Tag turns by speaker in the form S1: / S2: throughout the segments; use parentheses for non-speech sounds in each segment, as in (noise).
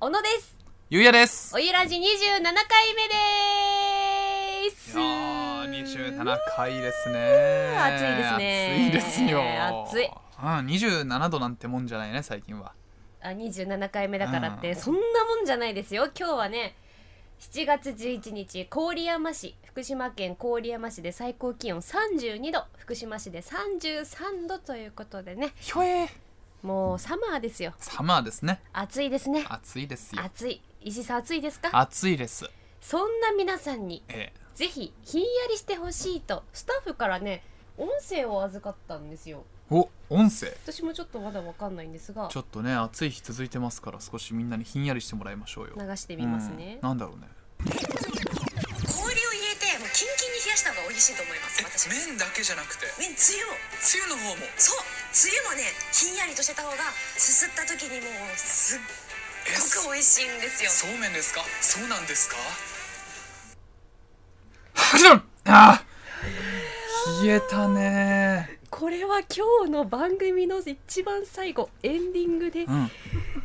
S1: 小野です
S2: ゆうやです
S1: おゆらじ27回目です
S2: いやー27回ですね
S1: 暑いですね
S2: 暑いですよ
S1: 暑い
S2: うん、27度なんてもんじゃないね最近は
S1: あ27回目だからって、
S2: うん
S1: そんなもんじゃないですよ今日はね7月11日郡山市福島県郡山市で最高気温32度福島市で33度ということでね
S2: ひょえー
S1: もうサマーですよ
S2: サマーですね
S1: 暑いですね
S2: 暑いですよ
S1: 暑い石井さん暑いですか
S2: 暑いです
S1: そんな皆さんに
S2: え
S1: ぜひひんやりしてほしいとスタッフからね音声を預かったんですよ
S2: えお音声
S1: 私もちょっとまだわかんないんですが
S2: ちょっとね暑い日続いてますから少しみんなにひんやりしてもらいましょうよ
S1: 流してみますね
S2: うん、なんだろうね
S3: 氷を入れてもうキンキンに冷やした方が美味しいと思います私は
S4: 麺だけじゃなくて
S3: 麺つゆを
S4: つゆの方も
S3: そうつゆもねひんやりとしてた方がすすった時にもうすっ
S4: え
S3: ごく美味しいんですよ
S4: そうめんですかそうなんですか
S2: あー冷えたね
S1: これは今日の番組の一番最後エンディングで
S2: うん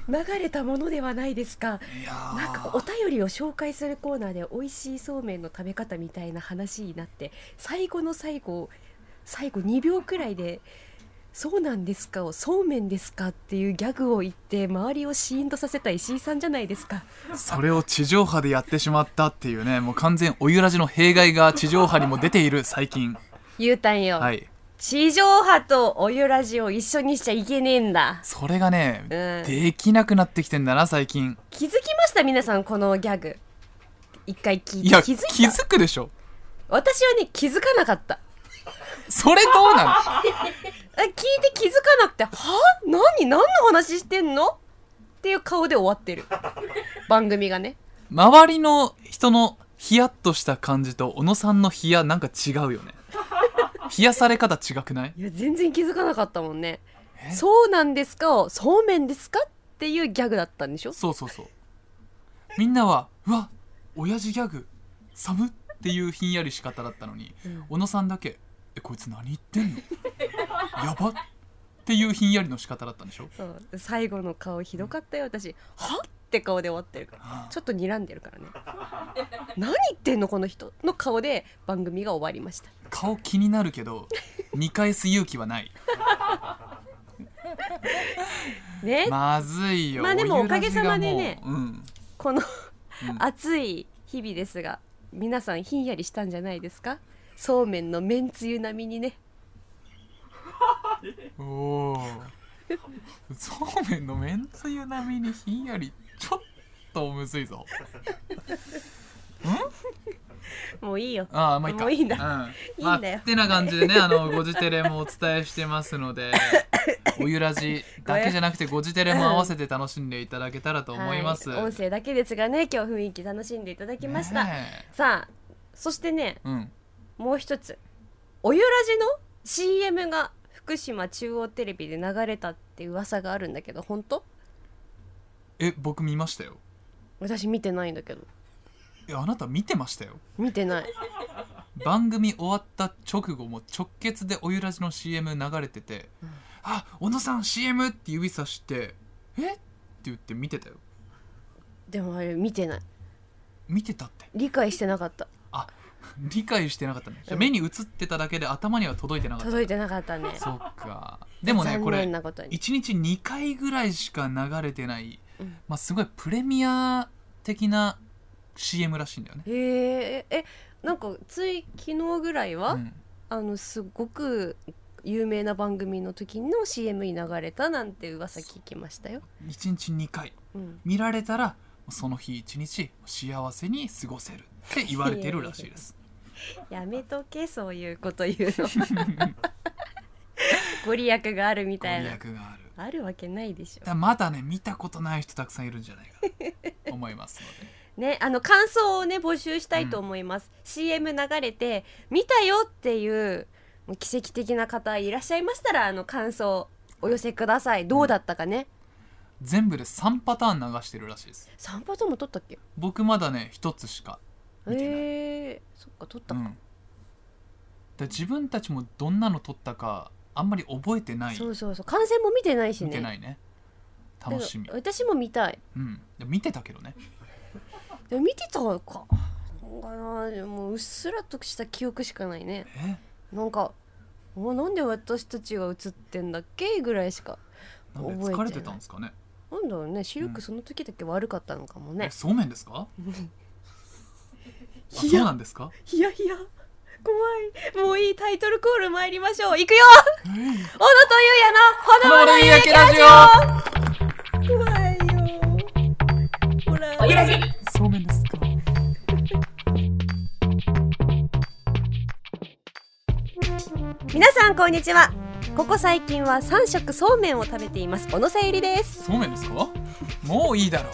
S1: 流れたものではないですか
S2: いやー
S1: なんかお便りを紹介するコーナーで美味しいそうめんの食べ方みたいな話になって最後の最後最後2秒くらいで「そうなんですか」を「そうめんですか」っていうギャグを言って周りをシーンとさせた石井さんじゃないですか
S2: それを地上波でやってしまったっていうねもう完全おゆらじの弊害が地上波にも出ている最近
S1: 言うたんよ、
S2: はい
S1: 地上波とおゆらじを一緒にしちゃいけねえんだ
S2: それがね、
S1: うん
S2: できなくなってきてんだな最近
S1: 気づきました皆さんこのギャグ一回聞いて
S2: いや
S1: 気
S2: 気
S1: づい
S2: づ
S1: た
S2: くでしょ
S1: 私はね気づかなかった
S2: それどうな
S1: あ聞いて気づかなくて「は何何の話してんの?」っていう顔で終わ
S2: (laughs)
S1: ってる番組がね
S2: の周りの人のヒヤッとした感じと小野さんのヒヤなんか違うよ
S1: (laughs)
S2: ね冷やされ方違くない
S1: いや全然気づかなかったもんね「
S2: え
S1: そうなんですか?」を「そうめんですか?」っていうギャグだったんでしょ
S2: そうそうそうみんなは「うわ親父ギャグ寒っ」っていうひんやり仕方だったのに、小野さんだけ「えこいつ何言ってんのやばっ」っていうひんやりの仕方だったんでしょ
S1: そう最後の顔ひどかったよ私「はって顔で終わってるからちょっと睨んでるからね何言ってんのこの人の顔で番組が終わりました
S2: 顔気になるけど見返す勇気はない
S1: ね、
S2: まずいよ
S1: まあでもおかげさまでね
S2: おゆらじがもううん
S1: この
S2: うん
S1: 暑い日々ですが皆さんひんやりしたんじゃないですかそうめんのめんつゆ並みにね
S2: おおそうめんのめんつゆ並みにひんやりちょっとむずいぞ
S1: もういいよ
S2: ああまあいいか
S1: もういいんだ
S2: うん、
S1: いいんだよ
S2: まあってな感じでねあのご自テレもお伝えしてますの
S1: (laughs)
S2: でおゆらじだけじゃなくてご自テレも合わせて楽しんでいただけたらと思います、
S1: はい音声だけですがね今日雰囲気楽しんでいただきました、
S2: ね
S1: さあそしてね
S2: えうん
S1: もう一つおゆらじの CM が福島中央テレビで流れたって噂があるんだけど本当
S2: え僕見ましたよ
S1: 私見てないんだけど
S2: えあなた見てましたよ
S1: 見てない
S2: 番組終わった直後も直結でおゆらじの CM 流れてて「あ小野さん CM!」って指さして「えっ?」て言って見てたよ
S1: でもあれ見てない
S2: 見てたって
S1: 理解してなかった
S2: あ理解してなかったねじゃあ
S1: うん
S2: 目に映ってただけで頭には届いてなかった
S1: 届いてなかったね
S2: そうかでもね
S1: 残
S2: これ
S1: 念なことに
S2: 1日2回ぐらいしか流れてない、
S1: うん
S2: まあ、すごいプレミア的な CM らしいんだよね、
S1: へええなんかつい昨日ぐらいは、
S2: うん
S1: あのすごく有名な番組の時の CM に流れたなんて噂聞きましたよ、
S2: 1日2回
S1: うん、
S2: 見られたらその日1日幸せに過ごせるって言われてるらしいです
S1: やめとけそういうこと言うの
S2: (laughs)
S1: ご利益があ (laughs) るみ
S2: ご
S1: たい
S2: 利
S1: な
S2: 益がある
S1: あるわけないでし
S2: だか
S1: ょ
S2: らまだね見たことない人たくさんいるんじゃないか
S1: (laughs)
S2: と思いますので
S1: ねあの感想をね募集したいと思います、CM 流れて見たよっていうもう奇跡的な方いらっしゃいましたらあの感想お寄せくださいどうだったかね、
S2: 全部で3パターン流してるらしいです
S1: 散歩とも撮ったっけ
S2: 僕まだね1つしか見てない
S1: えー、そっか撮った
S2: う
S1: か、
S2: ん、で自分たちもどんなの撮ったかあんまり覚えてない
S1: そうそうそう感染も見てないしね
S2: 見てないね楽しみ
S1: だから私も見たい
S2: うんでも見てたけどね
S1: でも見てたかかなでもうっすらとした記憶しかないね
S2: え
S1: なんかおなんで私たちが映ってんだっけぐらいしか
S2: なんで
S1: 覚えて
S2: 疲
S1: ない
S2: れてたんですかね
S1: なんだろうね視
S2: う
S1: 力
S2: ん
S1: その時だけ悪かったのかも
S2: え
S1: ね、
S2: そうめんですかあ
S1: い
S2: そう
S1: や
S2: なんですか
S1: いやいや怖いもういいタイトルコール参りましょう行くよ
S2: えい
S1: 小野とゆうやのほのぼの夕焼けラジオ怖いよほらおゆらじ
S2: そうめんですか
S1: 皆さんこんにちはここ最近は三食そうめんを食べています小野さゆりです
S2: そうめんですかもういいだろ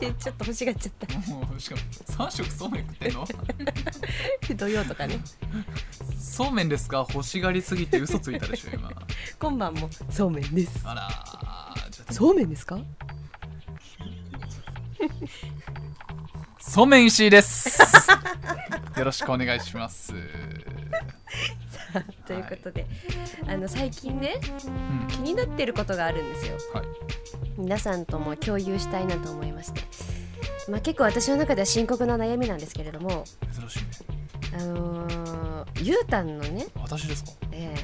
S1: えちょっと欲しがっちゃっ
S2: うもうしかも3食そうめん食ってんの
S1: た (laughs) 土曜とかね
S2: そうめんですか欲しがりすぎて嘘ついたでしょ今
S1: 今晩もそうめんです
S2: あらーじゃあ
S1: そうめんですか
S2: そうめん石井ですよろしくお願いします
S1: ということで、あの最近ね
S2: うん
S1: 気になってることがあるんですよ
S2: はい
S1: 皆さんとも共有したいなと思いましてまあ結構私の中では深刻な悩みなんですけれども
S2: 珍しいね
S1: あのー、ゆうたんのね、
S2: 私ですか
S1: え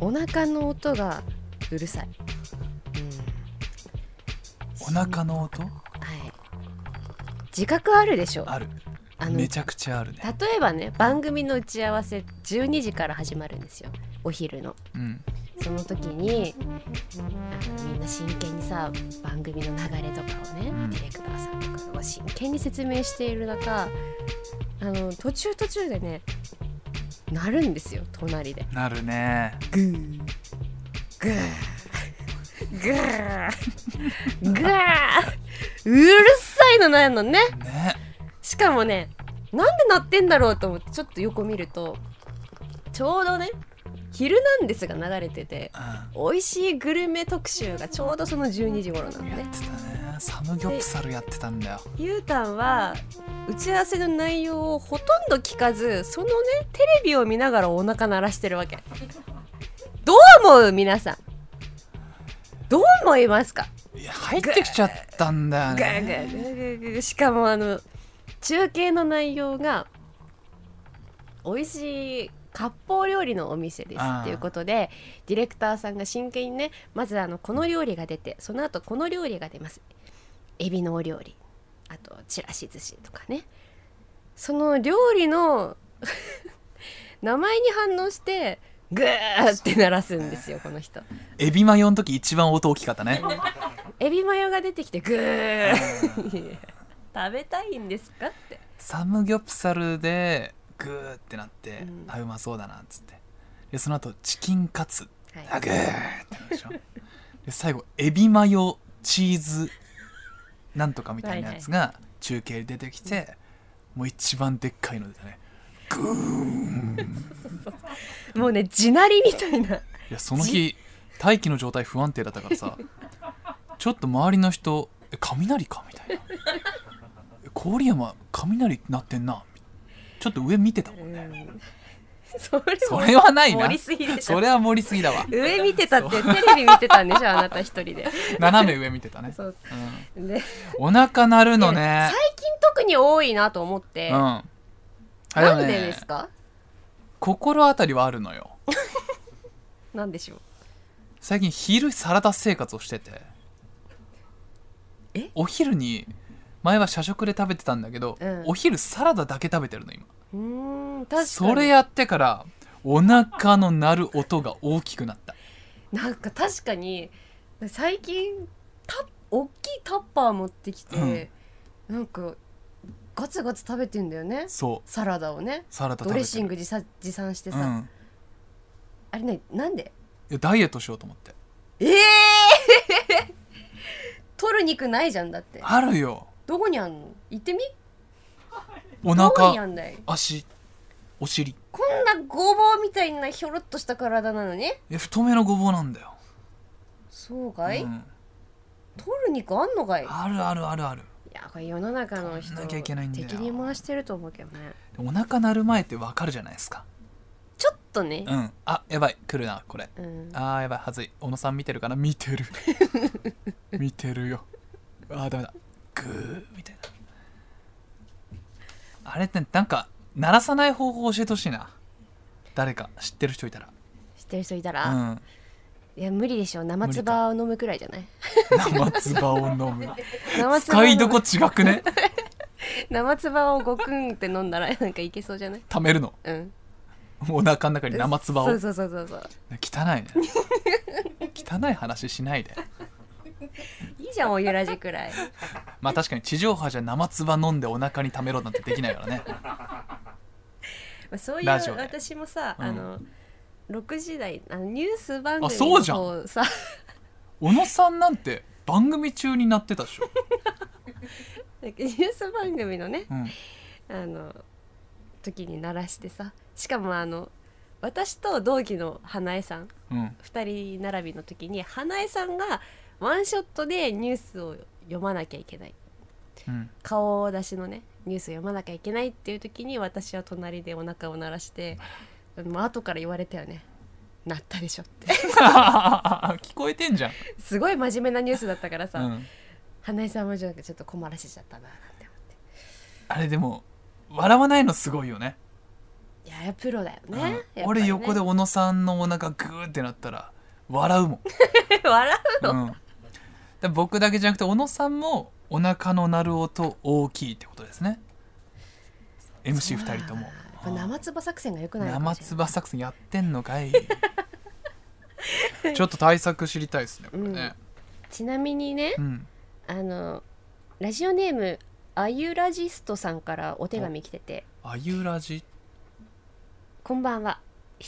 S1: ーお腹の音がうるさい、
S2: お腹の音
S1: うん、はい自覚あるでしょ
S2: ある
S1: あの
S2: め
S1: 例
S2: ちゃくちゃあるね
S1: えばね番組の打ち合わせ12時から始まるんですよお昼の
S2: うん
S1: その時にあのみんな真剣にさ番組の流れとかをね、
S2: うん
S1: ディレクターさんとかが真剣に説明している中あの途中途中でね鳴るんですよ隣で
S2: なるね
S1: グーグーグーグーうるさいのなんのね
S2: ね
S1: しかもねなんで鳴ってんだろうと思ってちょっと横見るとちょうどね「昼なんですが流れてて。美味しいグルメ特集がちょうどその12時頃なの
S2: うんや
S1: ね
S2: ってたねサムギョプサルやってたんだよ
S1: ゆうたんは打ち合わせの内容をほとんど聞かずそのねテレビを見ながらお腹鳴らしてるわけどう思う皆さんどう思いますか
S2: いや入ってきちゃったんだよ
S1: ガーガ
S2: ね
S1: ーガーガーガーしかもあの中継の内容が美味しい割烹料理のお店です
S2: あー
S1: っていうことでディレクターさんが真剣にねまずあのこの料理が出てその後この料理が出ますエビのお料理あとちらし寿司とかねその料理の (laughs) 名前に反応してグーって鳴らすんですよこの人
S2: エビマヨの時一番音大きかっ
S1: (laughs)
S2: たね
S1: エビマヨが出てきてグー (laughs) 食べたいんですかって
S2: サムギョプサルでグーってなって、
S1: うん
S2: あうまそうだなっつってでその後チキンカツ
S1: は
S2: あ
S1: い、
S2: グーってなるでしょで最後エビマヨチーズなんとかみたいなやつが中継で出てきて、もう一番でっかいの出たね
S1: もうね地鳴りみたいない
S2: やその日大気の状態不安定だったからさちょっと周りの人「え雷か?」みたいな「え郡山雷鳴ってんな」ちょっと上見てたもんね、
S1: (laughs) それ
S2: そ
S1: も
S2: れはないな
S1: 盛りすぎでし
S2: そ
S1: ょ
S2: れは盛りすぎだわ
S1: 上見てたってテレビ見てたんでしょあなた一人
S2: (laughs)
S1: で
S2: 斜め上見てたね、
S1: そう
S2: うん、
S1: で
S2: お腹鳴るのね
S1: 最近特に多いなと思って、
S2: うんあれ
S1: な
S2: は
S1: ん
S2: ね
S1: でですか
S2: 心当たりはあるのよ
S1: なんでしょう
S2: 最近昼サラダ生活をしてて
S1: え
S2: お昼に前は社食で食べてたんだけど、
S1: うん
S2: お昼サラダだけ食べてるの今
S1: うーん確かに
S2: それやってからお腹の鳴る音が大きくなった
S1: なんか確かに最近た大きいタッパー持ってきて、なんかガツガツ食べてんだよね
S2: そう
S1: サラダをね
S2: サラダ食べてる
S1: ドレッシング持さ持参して
S2: う
S1: さ、
S2: ん
S1: あれねなんで
S2: いやダイエットしようと思って
S1: ええ (laughs) 取る肉ないじゃんだって
S2: あるよ
S1: どこにあんの行ってみ
S2: お
S1: どこにあ
S2: 腹
S1: んだい
S2: 足お尻い
S1: こんなごぼうみたいなひょろっとした体なのに
S2: や太めのごぼうなんだよ、
S1: そうかい、
S2: うん
S1: 取る肉あんのかいい
S2: あるあるあるある
S1: やこれ世の中の人
S2: 取んなきゃいけないんだよ
S1: 敵に回してると思うけどね
S2: お腹鳴る前ってわかるじゃないですか
S1: ちょっとね
S2: うんあやばい来るなこれ
S1: うん
S2: あーやばいはずい小野さん見てるかな見て
S1: (laughs)
S2: る見てるよあーダメだグーみたいなあれってなんか鳴らさない方法教えてほしいな誰か知ってる人いたら
S1: 知ってる人いた
S2: う
S1: ら、
S2: ん
S1: いや無理でしょ生
S2: 無
S1: 唾
S2: 理か
S1: を飲むくらいじゃない
S2: 生唾を飲む
S1: (laughs) 生唾を
S2: (laughs) 使い
S1: 飲
S2: ど
S1: む
S2: こ違くね
S1: 生唾をごくんって飲んだらなんかいけそうじゃない
S2: 溜めるの
S1: うん
S2: お腹の中に生唾を
S1: そうそうそうそうそう
S2: 汚いね汚い話しないで
S1: いいじゃんおゆらじく
S2: (laughs)
S1: らい
S2: まあ確かに地上波じゃ生唾飲んでお腹に溜めろなんてできないからね
S1: まあ、そういう
S2: ラジオで
S1: 私もさ、
S2: うん
S1: あの6時台あのニュース番組
S2: あそうじゃん
S1: の方さ (laughs)
S2: 小野さんなんて番組中になってたでしょ、
S1: ニュース番組のね
S2: うん、
S1: あの時に鳴らしてさしかもあの私と同期の花江さん
S2: うん、
S1: 2人並びの時に花江さんがワンショットでニュースを読まなきゃいけない
S2: うん、
S1: 顔出しのねニュース読まなきゃいけないっていう時に私は隣でお腹を鳴らしてもう後から言われたよね「なったでしょ」って (laughs)
S2: 聞こえてんじゃん、
S1: すごい真面目なニュースだったからさ、
S2: (laughs) うん、
S1: 花井さんもじゃなくちょっと困らせちゃったななんて思っ
S2: あれでも笑わないのすごいよね
S1: ていやいやプロだよ
S2: うん
S1: ね,やっぱりね、
S2: 俺横で小野さんのお腹グーってなったら笑 (laughs) うもん、
S1: (laughs) 笑うの、
S2: うん、だから僕だけじゃなくて小野さんもお腹の鳴る音大きいってことですね MC2 人とも
S1: やっぱ生唾作戦が良くないのかも
S2: 生
S1: しれない
S2: 唾作戦やってんのかい (laughs) ちょっと対策知りたいですねこれね、
S1: ちなみにね
S2: うん
S1: あのラジオネームあゆラジストさんからお手紙来てて
S2: あゆらじ
S1: こんばんは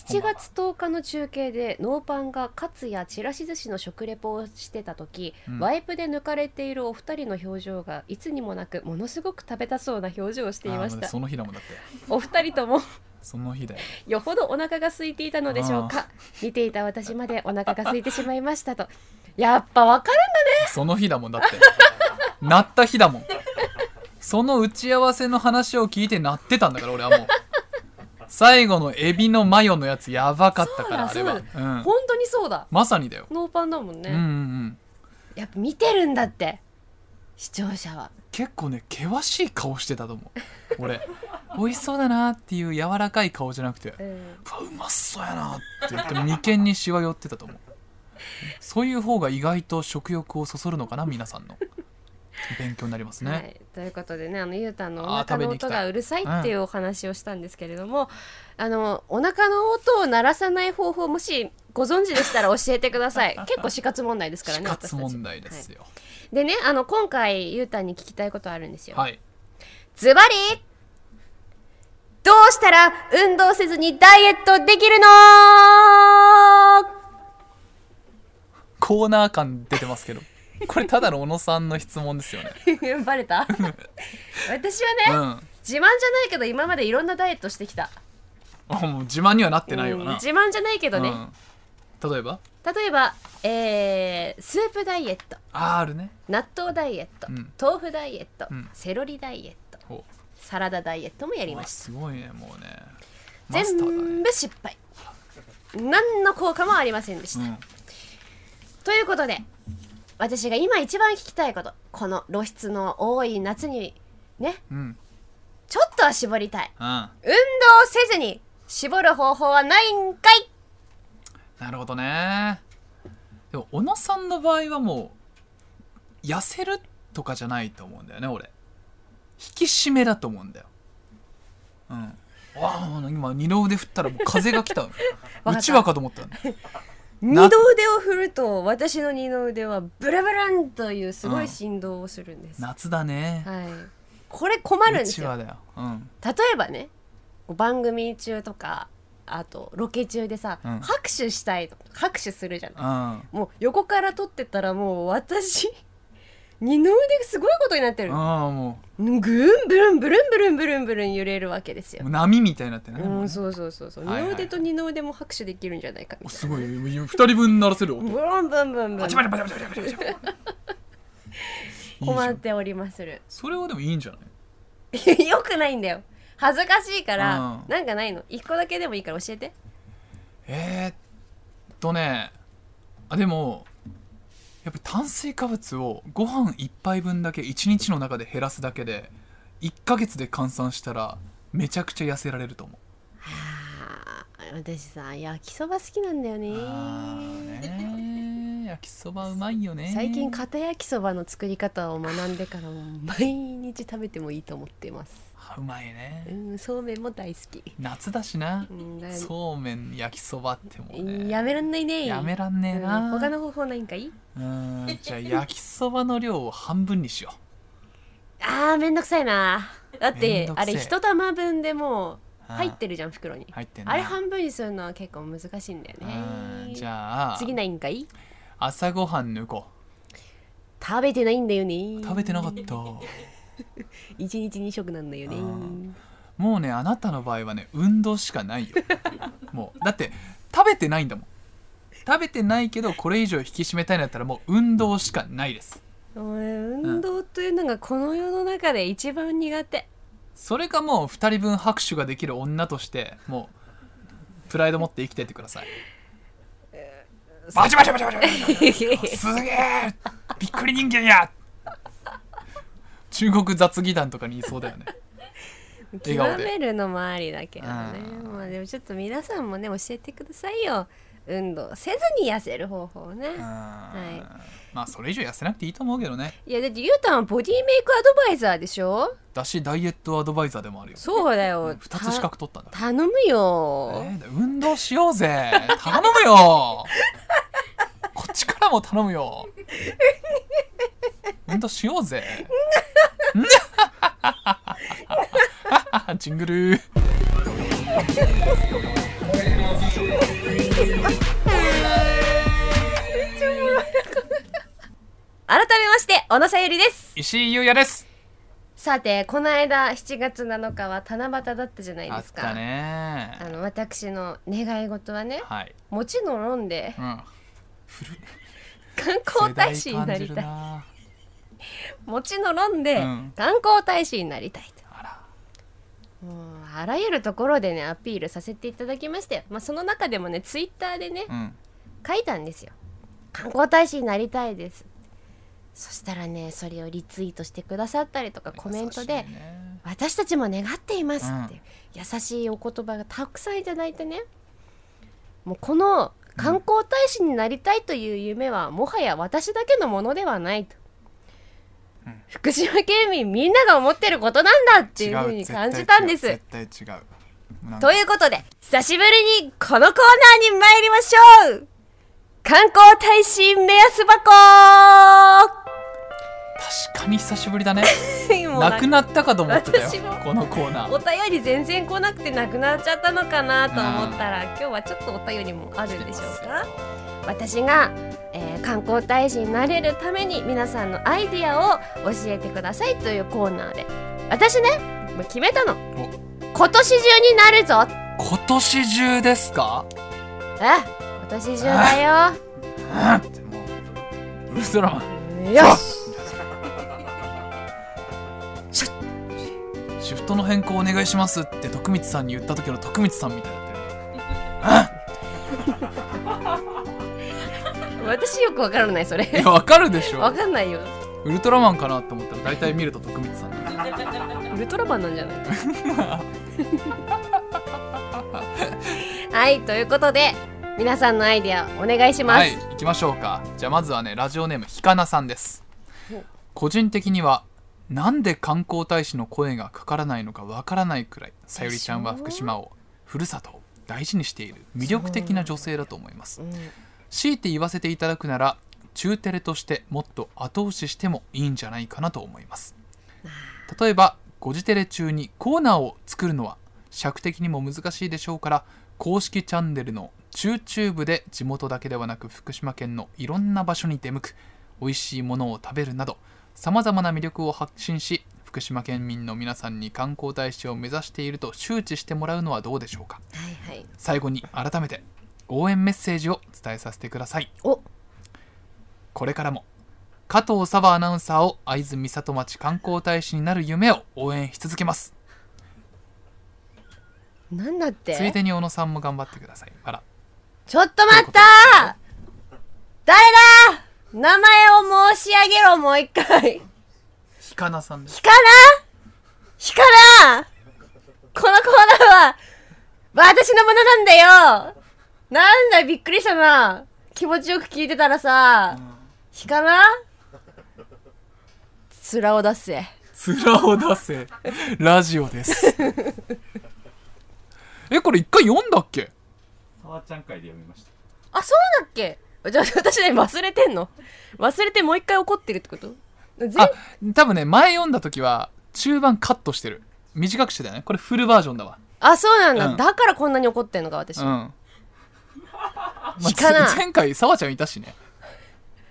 S2: こん
S1: 7
S2: ばんは
S1: 月10日の中継でノーパンがカツやちらし寿司の食レポをしてた時、
S2: うん
S1: ワイプで抜かれているお二人の表情がいつにもなくものすごく食べたそうな表情をしていまし
S2: あー
S1: た
S2: その日だもんだって
S1: お二人とも
S2: その日だよ
S1: よほどお腹が空いていたのでしょうか見ていた私までお腹が空いてしまいましたとやっぱわかる
S2: その日だもんだって鳴った日だもんその打ち合わせの話を聞いて鳴ってたんだから俺はもう最後のエビのマヨのやつやばかったからあ
S1: そ
S2: れ
S1: うだ
S2: は、
S1: そう
S2: うん、
S1: 本当にそうだ
S2: まさにだよ、
S1: ノーパンだもんね、
S2: うんうんうん
S1: やっぱ見てるんだって視聴者は
S2: 結構ね険しい顔してたと思う俺美味しそうだなっていう柔らかい顔じゃなくて
S1: うん
S2: うわうまそうやなって言って眉間にしわ寄ってたと思うそういう方が意外と食欲をそそるのかな皆さんの勉強になりますね、
S1: はい、ということでねあのゆうたんのお
S2: あー
S1: 腹
S2: 食べ
S1: の
S2: に行きた
S1: 音
S2: い
S1: がうるさいっていうお話をしたんですけれども、あのお腹の音を鳴らさない方法もしご存知でしたら教えてくださ
S2: (laughs)
S1: い結構死活問題ですから
S2: 死
S1: ね私たち
S2: 活問題ですよ
S1: はいでねあの今回ゆうたんに聞きたいことあるんですよ、
S2: はい、
S1: ズバリどうしたら運動せずにダイエットできるの
S2: コーナー感出てま
S1: (laughs)
S2: すけどこれただの小野さんの質問ですよね
S1: (laughs) バレ
S2: (laughs)
S1: た私
S2: う
S1: はね、
S2: ん
S1: 自慢じゃないけど今までいろんなダイエットしてきた
S2: あもう自慢にはなってないよ
S1: うん
S2: な、
S1: 自慢じゃないけどね、
S2: うん例えば
S1: 例えば、えースープダイエット
S2: R ね
S1: 納豆ダイエット、
S2: うん
S1: 豆腐ダイエット、
S2: うん
S1: セロリダイエット
S2: ほ
S1: サラダダイエットもや
S2: う
S1: りま
S2: わ
S1: し
S2: すごいねもうね
S1: た
S2: マスターだね
S1: 全部失敗何の効果もありませんでした、
S2: うん
S1: ということで私が今一番聞きたいことこの露出の多い夏にね
S2: うん
S1: ちょっとは絞りたい
S2: うん
S1: 運動せずに絞る方法はないんかい
S2: なるほどねでも小野さんの場合はもう痩せるとかじゃないと思うんだよね俺引き締めだと思うんだようんわあ今二の腕振ったらもう風が来た
S1: た
S2: うちわかと思ったの
S1: 二
S2: な
S1: の腕を振ると私の二の腕はブラブランというすごい振動をするんです、
S2: 夏だね
S1: はいこれ困るん
S2: う
S1: です
S2: ち
S1: よ
S2: わだようん
S1: 例えばね番組中とかあとロケ中でさ、
S2: うん
S1: 拍手したいと拍手するじゃない
S2: うん
S1: もう横から撮ってたらもう私 (laughs) 二の腕がすごいことになってる
S2: ああも
S1: ぐんぶるんぶるんぶるんぶるんぶるん揺れるわけです
S2: う
S1: よ
S2: もう波みたいになってね、
S1: う
S2: もうんね
S1: そうそうそうそう
S2: は
S1: 二
S2: いはい
S1: の腕と二の腕も拍手できるんじゃないかみ
S2: お
S1: たい
S2: すごい二人分鳴らせる音
S1: なブロンブンブンブ
S2: バチバ
S1: ン
S2: チバチバチバチバチバチいいじ
S1: 困
S2: ゃ
S1: っ
S2: ん
S1: ておりまする (laughs)
S2: それはでもいいんじゃない
S1: よくないんだよ恥ずかしいから
S2: うん
S1: なんかないの一個だけでもいいから教えて
S2: えー、っとねあでもやっぱり炭水化物をご飯一杯分だけ1日の中で減らすだけで1ヶ月で換算したらめちゃくちゃ痩せられると思う
S1: はあ私さ焼きそば好きなんだよね
S2: あーね焼きそばうまいよね
S1: 最近片焼きそばの作り方を学んでからもう毎日食べてもいいと思ってます
S2: あうまいうね
S1: んそうめんも大好き
S2: 夏だしな
S1: うんだ
S2: そうめん焼きそばってもうね
S1: やめらんないね
S2: やめらんねえな、
S1: うん他の方法ないんかいう
S2: ーんじゃあ焼きそばの量を半分にしよ
S1: あーめんどくさいなだっ
S2: めん
S1: て
S2: どく
S1: あ
S2: せえ
S1: れ一玉分でも
S2: う
S1: う入ってるじゃん袋に
S2: 入ってんな
S1: あれ半分にするのは結構難しいんだよ
S2: うん
S1: ね
S2: じゃあ
S1: 次ないんかい
S2: 朝ごはん抜こ
S1: 食べてないんだよね
S2: う食べてなかった
S1: 一日二食なんだよね
S2: うんもうねあなたの場合はね運動しかないよもうだって食べてないんだもん食べてないけどこれ以上引き締めたいんだったらもう運動しかないです
S1: 俺運動というのがこの世の中で一番苦
S2: (laughs)
S1: 手
S2: それがもう2人分拍手ができる女としてもうプライド持って生きてってくださいバチバチバチバチバチすげえびっくり人間や中国雑技団とかにいそうだよね笑顔
S1: 極
S2: で
S1: めるのもありだけどね
S2: う
S1: まあでもちょっと皆さんもね教えてくださいよ運動せずに痩せる方法ね
S2: うんまあそれ以上痩せなくていいと思うけどね
S1: いやだってゆうたんはボディメイクアドバイザーでしょ
S2: だしダイエットアドバイザーでもあるよ
S1: そうだよ
S2: 2つ資格取ったんだ
S1: た頼むよ、
S2: えー運動しようぜ頼むよ
S1: (laughs)
S2: こっちからも頼むよ運動しようぜ (laughs) ジングル
S1: 改めまして小野さゆりです
S2: 石井優也です
S1: さてこの間7月7日は七夕だったじゃない
S2: あ
S1: で
S2: っ
S1: すか
S2: たね
S1: あの私の願い事はね
S2: はい
S1: もちろん飲んで
S2: うん
S1: 観光大使になり
S2: 世
S1: た
S2: 代
S1: い
S2: 感
S1: もちろん飲んで
S2: うん
S1: 観光大使になりたいと
S2: じるなあら
S1: もうあらゆるところでねアピールさせていただきましたよ、まあ、その中でもねツイッターでね
S2: うん
S1: 書いたんですよ観光大使になりたいですそしたらねそれをリツイートしてくださったりとかコメント
S2: 優
S1: で
S2: しいね
S1: 私たちも願っていますって、
S2: うん
S1: 優しいお言葉がたくさんいただいてねもうこの観光大使になりたいという夢はもはや私だけのものではないと、
S2: うん
S1: 福島県民みんなが思ってることなんだって
S2: 違
S1: いう
S2: う
S1: ふうに
S2: 絶対
S1: 感じたんです
S2: 絶対違うなんか
S1: ということで久しぶりにこのコーナーに参りましょう観光大使目安箱
S2: 確かに久しぶりだね
S1: もうなん
S2: な
S1: か
S2: くなったかと思ってたよ
S1: 私も
S2: このコーナー
S1: お便り全然来なくてなくなっちゃったのかなと思ったら、今日はちょっとお便りもあるんでしょうか私が、えー観光大使になれるために皆さんのアイディアを教えてくださいというコーナーで私ねもう決めたの
S2: お
S1: 今年中になるぞ
S2: 今年中ですか
S1: え今年中だよ
S2: うんってもうウルトラマン
S1: よし
S2: シフトの変更お願いしますって徳光さんに言った時の徳光さんみたいだったよ
S1: 私よくわからないそ
S2: い
S1: れ
S2: やわかるでし
S1: わ
S2: ょ
S1: かんないよ
S2: ウルトラマンかなと思ったら大体見ると徳光さんだよ
S1: ウルトラマンなんじゃない (laughs) はいということで皆さんのアイデアお願いします、
S2: はい行きましょうかじゃあまずはねラジオネームひかなさんです
S1: お
S2: 個人的にはなんで観光大使の声がかからないのかわからないくらいさゆりちゃんは福島をふるさとを大事にしている魅力的な女性だと思います強いて言わせていただくなら中テレとしてもっと後押ししてもいいんじゃないかなと思います例えば「ゴジテレ」中にコーナーを作るのは尺的にも難しいでしょうから公式チャンネルの「中中部」で地元だけではなく福島県のいろんな場所に出向く美味しいものを食べるなどさまざまな魅力を発信し福島県民の皆さんに観光大使を目指していると周知してもらうのはどうでしょうか
S1: はいはい
S2: 最後に改めて応援メッセージを伝えさせてください
S1: お
S2: これからも加藤沢アナウンサーを会津美里町観光大使になる夢を応援し続けます
S1: なんだって
S2: ついでに小野さんも頑張ってくださいあら
S1: ちょっと待った誰だ名前を申し上げろ、もう一回。
S2: ひかなさんです
S1: ひかなひかなこのコーナーは、私のものなんだよなんだ、びっくりしたな。気持ちよく聞いてたらさ、ひかな面を出せ。
S2: 面を出せラジオです (laughs) えこれ一回読んだっけ
S5: さわちゃん会で読みました
S1: あ、そうだっけじゃあ、私ね、忘れてんの忘れてもう一回怒ってるってこと全
S2: あ多分ね前読んだ時は中盤カットしてる短くしてたよねこれフルバージョンだわ
S1: あ、そうなんだ、
S2: うん
S1: だからこんなに怒ってんのか、私。
S2: うんまあ
S1: ひかな
S2: つ前回さわちゃんいたしね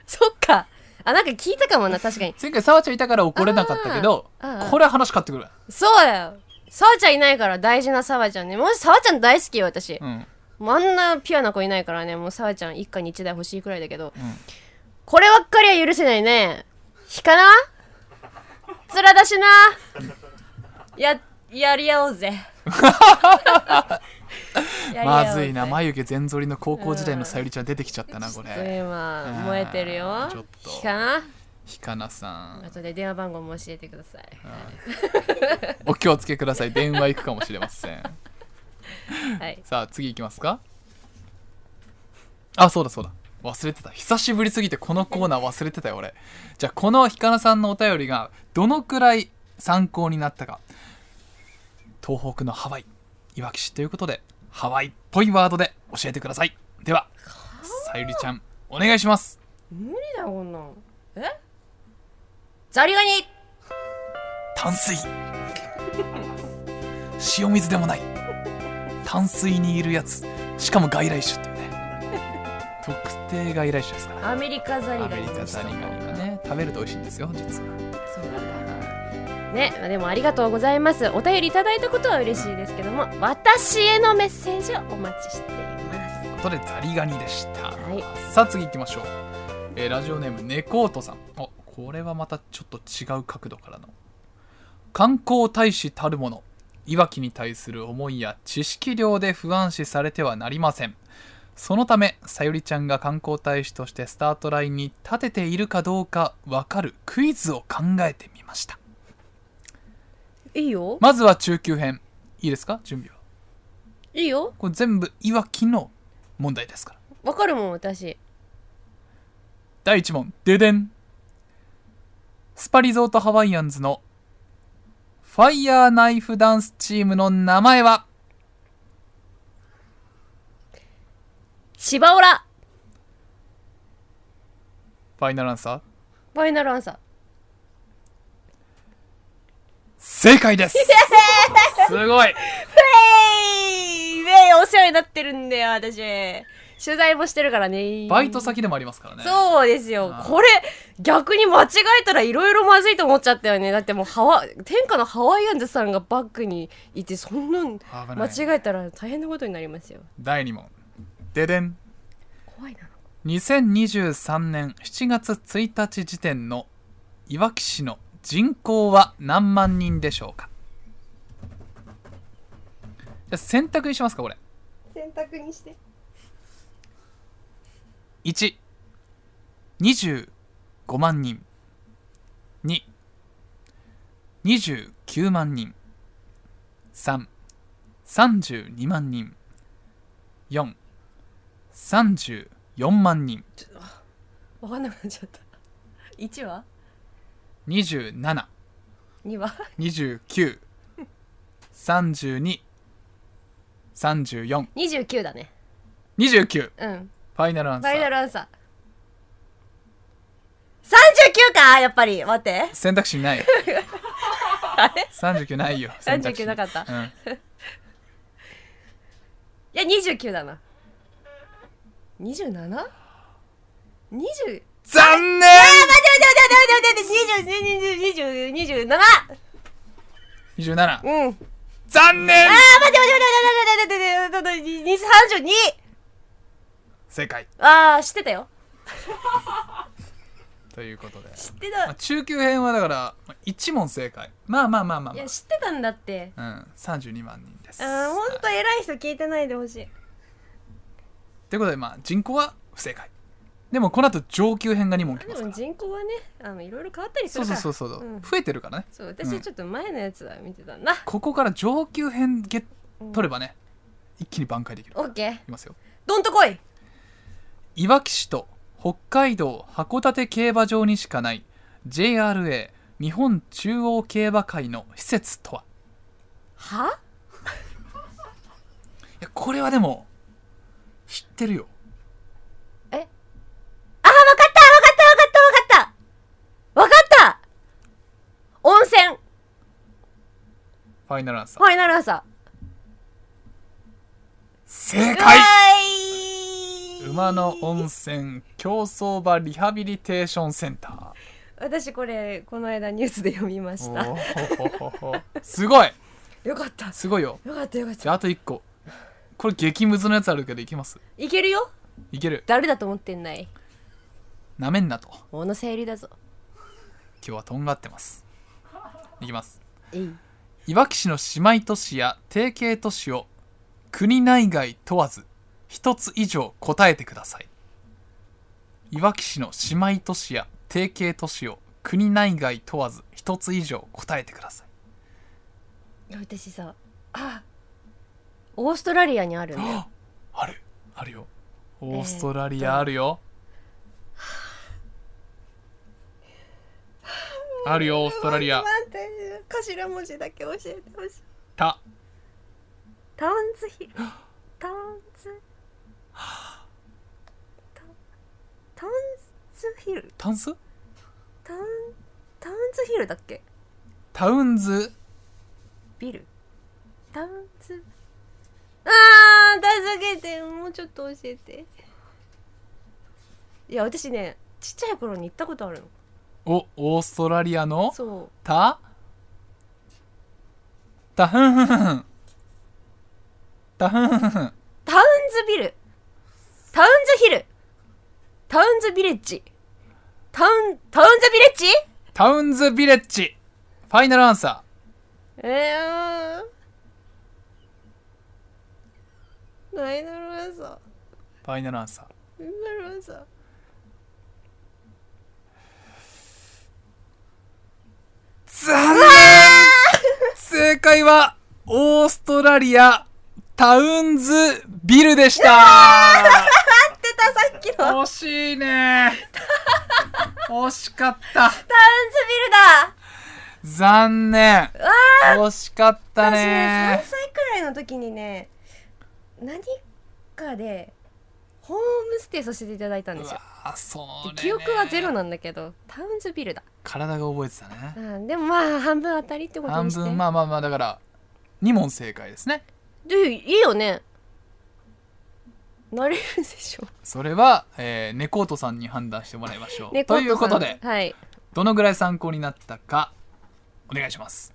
S1: そっか。あ、なんか聞いたかもな、確かに。
S2: 前回さわちゃんいたから怒れなかったけど
S1: あーあー
S2: これは話変わってくるわ
S1: そうだよ。さわちゃんいないから大事なさわちゃんね。もしさわちゃん大好きよ、私。
S2: うん
S1: もうあんなピュアな子いないからね、もうさわちゃん一家に一台欲しいくらいだけど。
S2: ん
S1: こればっかりは許せないね。ひかな面出しな。や、やり合おう
S2: (laughs)
S1: ぜ。やり合おうぜ
S2: まずいな眉毛全剃りの高校時代のさゆりちゃん出てきちゃったなこ
S1: ちょっと
S2: れ
S1: 今、燃えてるよ。
S2: ちょっと
S1: ひかな
S2: ひかなさん
S1: 後で電話番号も教えてください。
S2: お気をつけくだ (laughs) さい電話行くかもしれません
S1: はい。
S2: さあ次行きますかあそうだそうだ忘れてた久しぶりすぎてこのコーナー忘れてたよ俺じゃあこのひかなさんのお便りがどのくらい参考になったか東北のハワイいわき市ということでハワイっぽいワードで教えてくださいではさゆりちゃんお願いします
S1: 無理だよこんなんえザリガニ
S2: 淡水塩水でもない淡水にいるやつしかも外来種っていうね特定外来種ですから
S1: アメリカザリ
S2: ア
S1: ガニ
S2: メリカザリガニがね食べると美味しいんですよ実は
S1: そうなんだねまあでもありがとうございますお便りいただいたことは嬉しいですけども私へのメッセージをお待ちしています
S2: ということでザリガニでした、
S1: はい
S2: さあ次行きましょう、えーラジオネームネコートさんおこれはまたちょっと違う角度からの観光大使たるものいわきに対する思いや知識量で不安視されてはなりませんそのためさゆりちゃんが観光大使としてスタートラインに立てているかどうかわかるクイズを考えてみました
S6: いいよ
S2: まずは中級編いいですか準備はい
S1: いよ
S2: これ全部いわきの問題ですから
S1: わかるもん私
S2: 第1問ででんスパリゾートハワイアンズのファイヤーナイフダンスチームの名前は
S1: シバオラ
S2: ファイナルアンサー
S1: ファイナルアンサー
S2: 正解ですすごい
S1: えいえいお世話になってるんだよ私取材もしてるからね
S2: バイト先でもありますからね
S1: そうですよ
S2: あ。ー
S1: これ、逆に間違えたらいろいろまずいと思っちゃったよね。だってもうハワ、天下のハワイアンズさんがバックにいて、そんなん
S2: 危
S1: 間
S2: ない
S1: 違えたら大変なことになりますよ。
S2: 第2問ででん
S1: 怖いな。
S2: 2023年7月1日時点のいわき市の人口は何万人でしょうかじゃあ選択にしますかこれ
S1: 選択にして。
S2: 125万人229万人332万人434万人
S1: わかんなくなっちゃった。1は
S2: 27
S1: ?2 は
S2: 29 32 34
S1: ?29 だね。
S2: 29
S1: うん。
S2: ファイナルアン
S1: フ
S2: サ
S1: ァイナ
S2: ー
S1: ルアンサー。39かやっぱり待って。
S2: 選択肢
S1: (laughs)
S2: ない39ないよ選択肢
S1: 39なかった
S2: うん
S1: いや、29だな。27?20?
S2: 残念
S1: 待って待って待って待って待って待って20 20 20 27!
S2: 27
S1: うん。
S2: 残念
S1: あー待って待って待って待って待って待って待って待って待って待って
S2: 正解
S1: あー知ってたよ
S2: ということで、
S1: 知って
S2: まあ、
S1: た
S2: 中級編はだから1問正解まあまあまあまあ
S1: い
S2: ま
S1: や知ってたんだって
S2: あ、うん、32万人です
S1: あーほんと偉い人聞いてないでほしい
S2: とということでまあ人口は不正解でもこの後上級編が2問き
S1: で
S2: ますか
S1: も
S2: ら
S1: 人口はねあのいろいろ変わったりす
S2: そう
S1: るか
S2: そう
S1: ら
S2: そうそう、
S1: うん
S2: 増えてるからね
S1: そう
S2: うん
S1: 私ちょっと前のやつは見てたんだ、
S2: ここから上級編ゲ取ればね一気に挽回できる
S1: オッケー
S2: いきますよ
S1: どんとこい
S2: いわき市と北海道函館競馬場にしかない JRA 日本中央競馬会の施設とは
S1: はい
S2: やこれはでも知ってるよ
S7: わかったわかったわかったわかったわかった温泉
S2: ファイナルアンサー
S7: ファイナルアンサー
S2: 正
S7: は
S2: 解
S7: ーい
S2: 馬の温泉競走馬リハビリテーションセンタ
S1: 私これこの間ニュースで読みま
S2: ー
S1: し
S2: お
S1: た
S2: ーほほほほすごい
S1: よかった
S2: すごいよ
S1: よかったよかっ
S2: じゃ
S1: た
S2: ああと1個これ激ムズのやつあるけどいきます
S7: いけるよ
S2: いける
S7: 誰だと思ってんない
S2: なめんなと
S7: 小野生理だぞ
S2: 今日はとんがってますいきます
S1: えい
S2: いわき市の姉妹都市や提携都市を国内外問わず一つ以上答えてくださいいわき市の姉妹都市や提携都市を国内外問わず一つ以上答えてください
S7: 私さあオーストラリアにあるんだよ
S2: ああるあるよオーストラリアあるよ、あるよオーストラリア
S1: 頭文字だけ教えてほしい
S2: た
S7: タウンズヒルタウンズタタウンズヒル
S2: タンス
S7: タウンタウンズヒルだっけ
S2: タウンズ
S7: ビルタウンズあー助けてもうちょっと教えて
S1: いや私ねちっちゃい頃に行ったことあるの
S2: おオーストラリアの
S1: そう
S2: たたふんふんふんたふんふんふん
S7: タウンズビルタウンズヒルタウンズビレッジタウンタウンズビレッジ
S2: タウンズビレッジファイナルアンサ
S7: えーないなるわさ
S2: ーファイナルアンサー
S7: なるわさ
S2: 残念正解はオーストラリアタウンズビルでした
S7: 出たさっきのタウンズ
S2: 惜しいね惜しかった
S7: ビルだ
S2: 残念惜しかった
S1: 私ね3
S2: ね
S1: 歳くらいの時にね何かでホームステイさせていただいたんですよ
S2: あそう
S1: 記憶はゼロなんだけどタウンズビルだ、
S2: 体が覚えてたね
S1: うん、でもまあ半分当たりってこと
S2: 半
S1: にして
S2: 分まあまあまあだから2問正解ですね
S7: でいいよね
S1: なれるでし
S2: (laughs)
S1: ょ
S2: それは、えー、猫とさんに判断してもらいましょう
S1: 猫と
S2: と
S1: さん
S2: いうことで
S1: はい
S2: どのぐらい参考になったかお願いします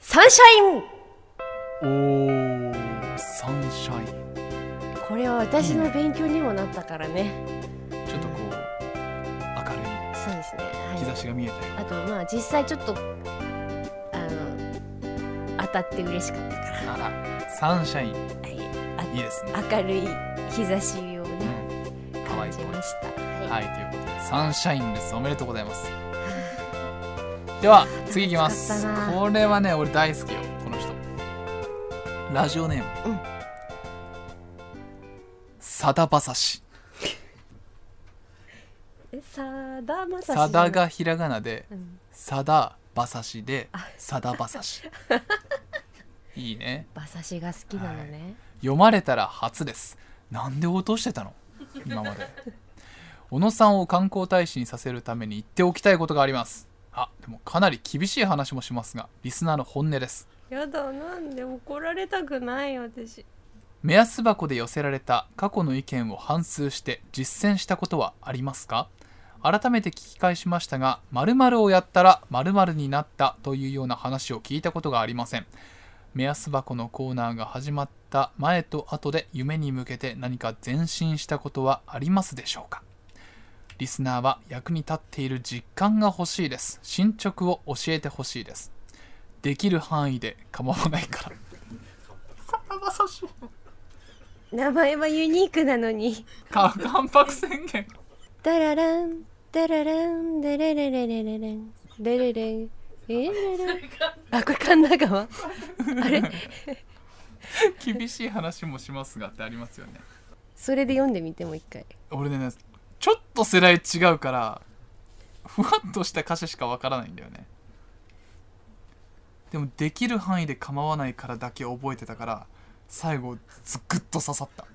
S7: サンシャイン
S2: おーサンシャイン
S1: これは私の勉強にもなったからね
S2: ちょっとこう明る
S1: そうですね、
S2: い
S1: は
S2: 兆しが見えたよ
S1: い、あとまあ実際ちょっとあの当たって嬉しかったから
S2: あらサンシャインいいですね
S1: 明るい日差しをね
S2: 可
S1: 感
S2: 愛い
S1: じ
S2: 声
S1: ましたはい
S2: はいということでサンシャインですおめでとうございますでは次いきま
S1: 楽
S2: す
S1: しかったな
S2: これはね俺大好きよこの人ラジオネーム、さだばさし
S1: えさだまさしじゃな
S2: さ
S1: い
S2: だがひらがなで
S1: うん
S2: さだばさしでさだば
S1: (laughs)
S2: さしいいね
S1: 馬刺しが好きなのね、
S2: 読まれたら初ですなんで落としてたの今まで小野さんを観光大使にさせるために言っておきたいことがありますあでもかなり厳しい話もしますがリスナーの本音です
S1: やだなんで怒られたくない私
S2: 目安箱で寄せられた過去の意見を反数して実践したことはありますか改めて聞き返しましたが〇〇をやったら〇〇になったというような話を聞いたことがありません目安箱のコーナーが始まった前と後で夢に向けて何か前進したことはありますでしょうかリスナーは役に立っている実感が欲しいです進捗を教えてほしいですできる範囲で構わないからさだまさし
S1: 名前はユニークなのに。
S2: か (laughs) 関白宣言
S1: ダララン、ダララン、ダレレレレレレン、レレレン、レレレレン。あ、これ神田川あれ
S2: 厳しい話もしますがってありますよね
S1: それで読んでみてもう一回。
S2: 俺ねちょっと世代違うからふわっとした歌詞しかわからないんだよねでもできる範囲で構わないからだけ覚えてたから最後ずぐっと刺さった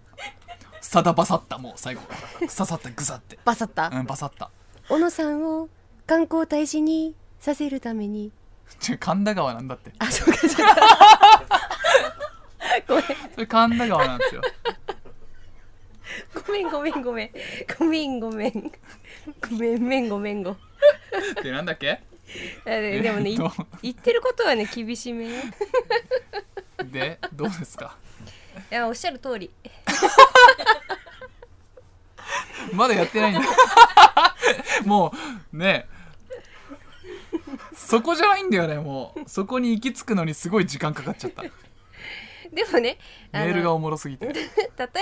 S2: さだばさったもう最後刺さったぐさって
S1: バサった
S2: うんばさった
S1: 小野さんを観光大使にさせるために。
S2: ちょ神田川なんだって
S1: あ、そうか、そうか。ごめん。
S2: それ神田川なんですよ
S1: ごめんごめんごめんごめんごめんごめんめんごめんご
S2: ってなんだっけ
S1: あででもね、
S2: え
S1: い
S2: ーっと
S1: 言ってることはね厳しめよ
S2: でどうですか
S1: いやおっしゃる通り
S2: まだやってないんだもうねそこじゃないんだよねもうそこに行き着くのにすごい時間かかっちゃった
S1: でもねあの
S2: メールがおもろすぎて
S1: 例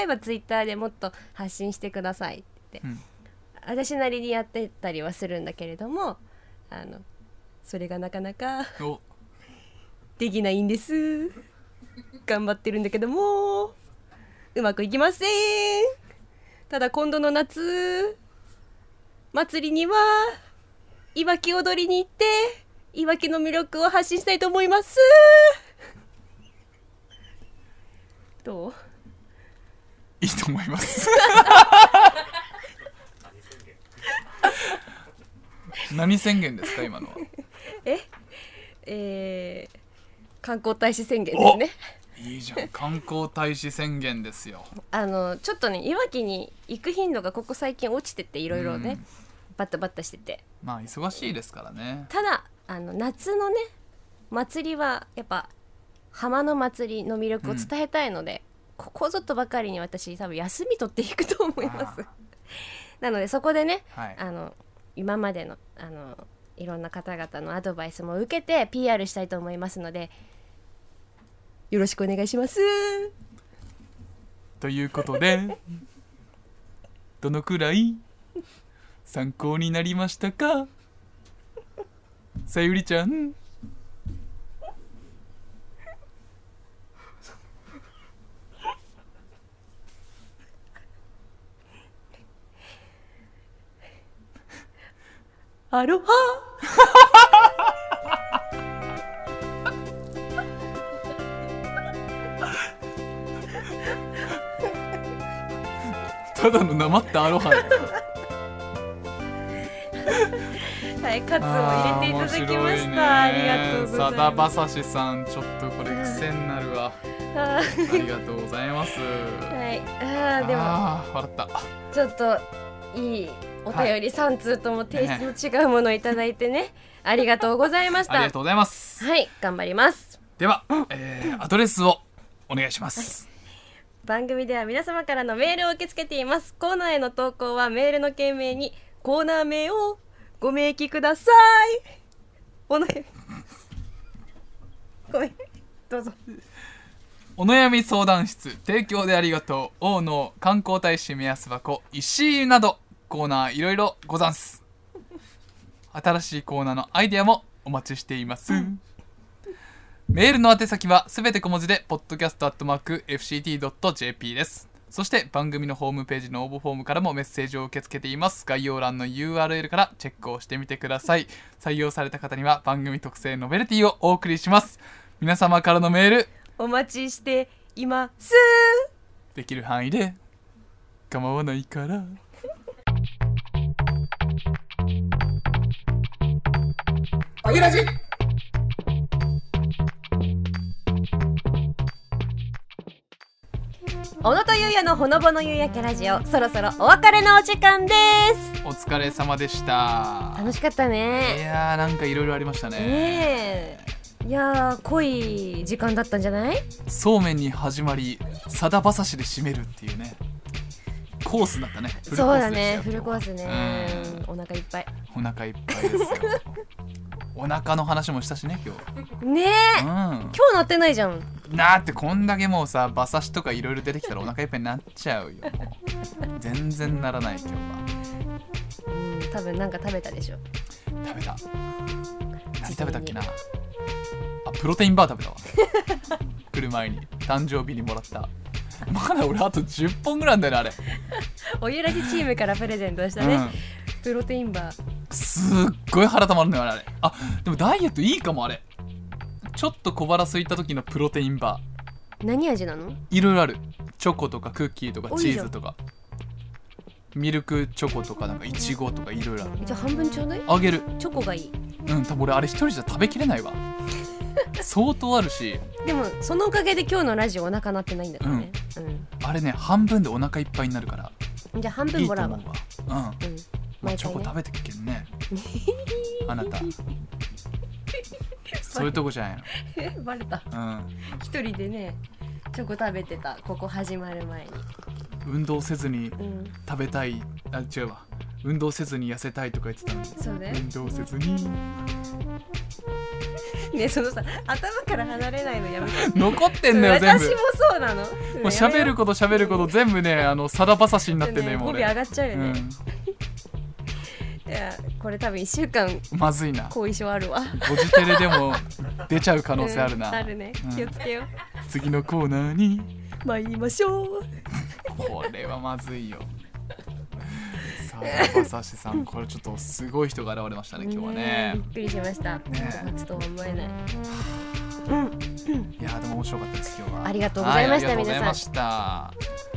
S1: えばツイッターでもっと発信してくださいって、
S2: うん
S1: 私なりにやってたりはするんだけれどもあのそれがなかなか
S2: お
S1: できないん
S2: (laughs)
S1: です頑張ってるんだけどもうまくいきませんただ今度の夏祭りにはいわき踊りに行っていわきの魅力を発信したいと思いますどう
S2: いいと思います何宣言ですか今のは
S1: えー、観光大使宣言ですね
S2: いいじゃん観光大使宣言ですよ
S1: あのちょっとねいわきに行く頻度がここ最近落ちてていろいろね、
S2: うん
S1: バッタバッタしてて
S2: まあ忙しいですからね
S1: ただあの夏のね祭りはやっぱ浜の祭りの魅力を伝えたいので、ここぞとばかりに私多分休み取っていくと思います
S2: あ
S1: (laughs) なのでそこでね
S2: ーはい
S1: あの今までのあのいろんな方々のアドバイスも受けて PR したいと思いますのでよろしくお願いします
S2: ということでどのくらい参考になりましたかさゆりちゃん
S1: アロハ
S2: ただのなまったアロ
S1: (laughs)
S2: ハだよ
S1: はいカツを入れていただきましたあ,、
S2: 面白い
S1: り
S2: ね
S1: がとうござい
S2: さだ
S1: ま
S2: ますさしさんちょっとこれ癖になるわ
S1: あ
S2: ありがとうございます
S1: ーはい (laughs) あーでも
S2: あー笑った
S1: ちょっといいお便り3通ともテイストの違うものをいただいて
S2: (laughs)
S1: ね、ありがとうございまし
S2: あり
S1: た
S2: がとうございます
S1: はい頑張ります
S2: では、えーアドレスをお願いします
S1: 番組では皆様からのメールを受け付けていますコーナーへの投稿はメールの件名にコーナー名をご明記くださいおのごめんどうぞ
S2: お悩み相談室提供でありがとう王の観光大使目安箱石井などコーナーいろいろござんす新しいコーナーのアイデアもお待ちしています、メールの宛先はすべて小文字で podcast.fct.jp ですそして番組のホームページの応募フォームからもメッセージを受け付けています概要欄の URL からチェックをしてみてください採用された方には番組特製ノベルティをお送りします皆様からのメール
S1: お待ちしています
S2: できる範囲で構わないから
S1: 小野とゆうやのほのぼの夕焼けラジオそろそろお別れのお時間です
S2: お疲れ様でした
S1: 楽しかったね
S2: いやーなんかいろいろありましたね
S1: ねえいやー濃い時間だったんじゃない
S2: そうめんに始まりさだばさしで締めるっていうねコースだったねフルコースでした
S1: そうだね
S2: よ
S1: フルコースねお腹いっぱい
S2: お腹いっぱいですよ
S1: (laughs)
S2: お腹の話もしたしね今日
S1: ねえ
S2: うん
S1: (laughs) 今日乗ってないじゃん
S2: だってこんだけもうさ馬刺しとかいろいろ出てきたらお腹いっぱいになっちゃうよもう全然ならない今日
S1: う
S2: は
S1: ん多分なんか食べたでしょ
S2: 食べた何食べたっけなあプロテインバー食べたわ
S1: (laughs)
S2: 来る前に誕生日にもらったまだ俺あと10本ぐらいあんだよねあれ
S1: おゆらじチームからプレゼントしたね、
S2: うん
S1: プロテインバー
S2: すっごい腹たまるのよあれあでもダイエットいいかもあれちょっと小腹空いた時のプロテインバ
S1: 何味なの
S2: ーいろいろあるチョコとかクッキーとか
S1: おい
S2: チ
S1: いじゃ
S2: ー
S1: ん
S2: ズとかミルクチョコとかなんかいちごとかいろいろある
S1: じゃあ半分ちょうだい
S2: あげる
S1: チョコがいい
S2: うん多分俺あれ一人じゃ食べきれな
S1: (laughs)
S2: いわ相当あるし
S1: でもそのおかげで今日のラジオお腹鳴ってないんだからね、
S2: あれね半分でお腹いっぱいになるから
S1: うん、じゃあ半
S2: い
S1: 分
S2: いと
S1: もらう
S2: 思
S1: わ
S2: うわうん
S1: うん
S2: まあ
S1: 毎
S2: チ
S1: 回
S2: ョコ
S1: ね
S2: 食べてっけ
S1: (laughs)
S2: んねあなたそういうとこじゃない
S1: (laughs) バレた
S2: のうん
S1: 一人でねチョコ食べてたここ始まる前に
S2: 運動せずに
S1: うん
S2: 食べたいあ違うわ運動せずに痩せたいとか言ってたのに
S1: そうだよ
S2: 運動せずに
S1: ねそのさ頭から離れないのやめて
S2: 残ってんのよ全
S1: 私
S2: 部
S1: も
S2: も
S1: そうなのも
S2: う喋ること喋ること全部ねあのさだばさしにな
S1: な
S2: っ
S1: っててね
S2: んのよ
S1: 語
S2: も
S1: 尾
S2: う
S1: 上
S2: 俺、
S1: がっちゃうよ
S2: う
S1: ね、
S2: ん、
S1: いやこれ多分1週間
S2: まずいな
S1: 後遺症あるわ
S2: ご自テレでも出ちゃう可能性ある
S1: うんあ
S2: な
S1: るね
S2: うん
S1: 気をつけよ
S2: 次のコーナーに
S1: う参りましょう
S2: これはまずいよさだばさしさんこれちょっとすごい人が現れましたね今日はね
S1: びっくりしました
S2: ね
S1: ちょっとは思えない
S2: いやーでも面白かったです今日は
S1: ありがとうございました
S2: はありがとうございました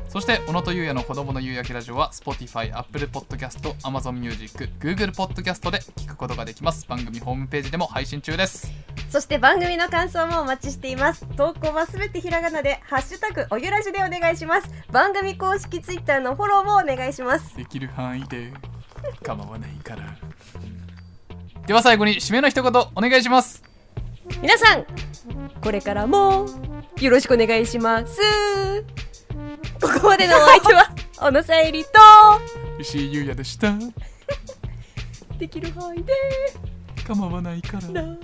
S2: そして小野とゆうやの子供の夕焼けラジオは Spotify、Apple Podcast、Amazon Music、Google Podcast で聞くことができます番組ホームページでも配信中です
S1: そして番組の感想もお待ちしています投稿はすべてひらがなでハッシュタグおゆらじでお願いします番組公式ツイッターのフォローもお願いします
S2: できる範囲で構わないからでは最後に締めの一言お願いします
S1: 皆さんこれからもよろしくお願いしますここまで (laughs) のお相手は小野さゆりと
S2: 石井ゆうやでした
S1: できる範囲で
S2: 構わないから
S1: な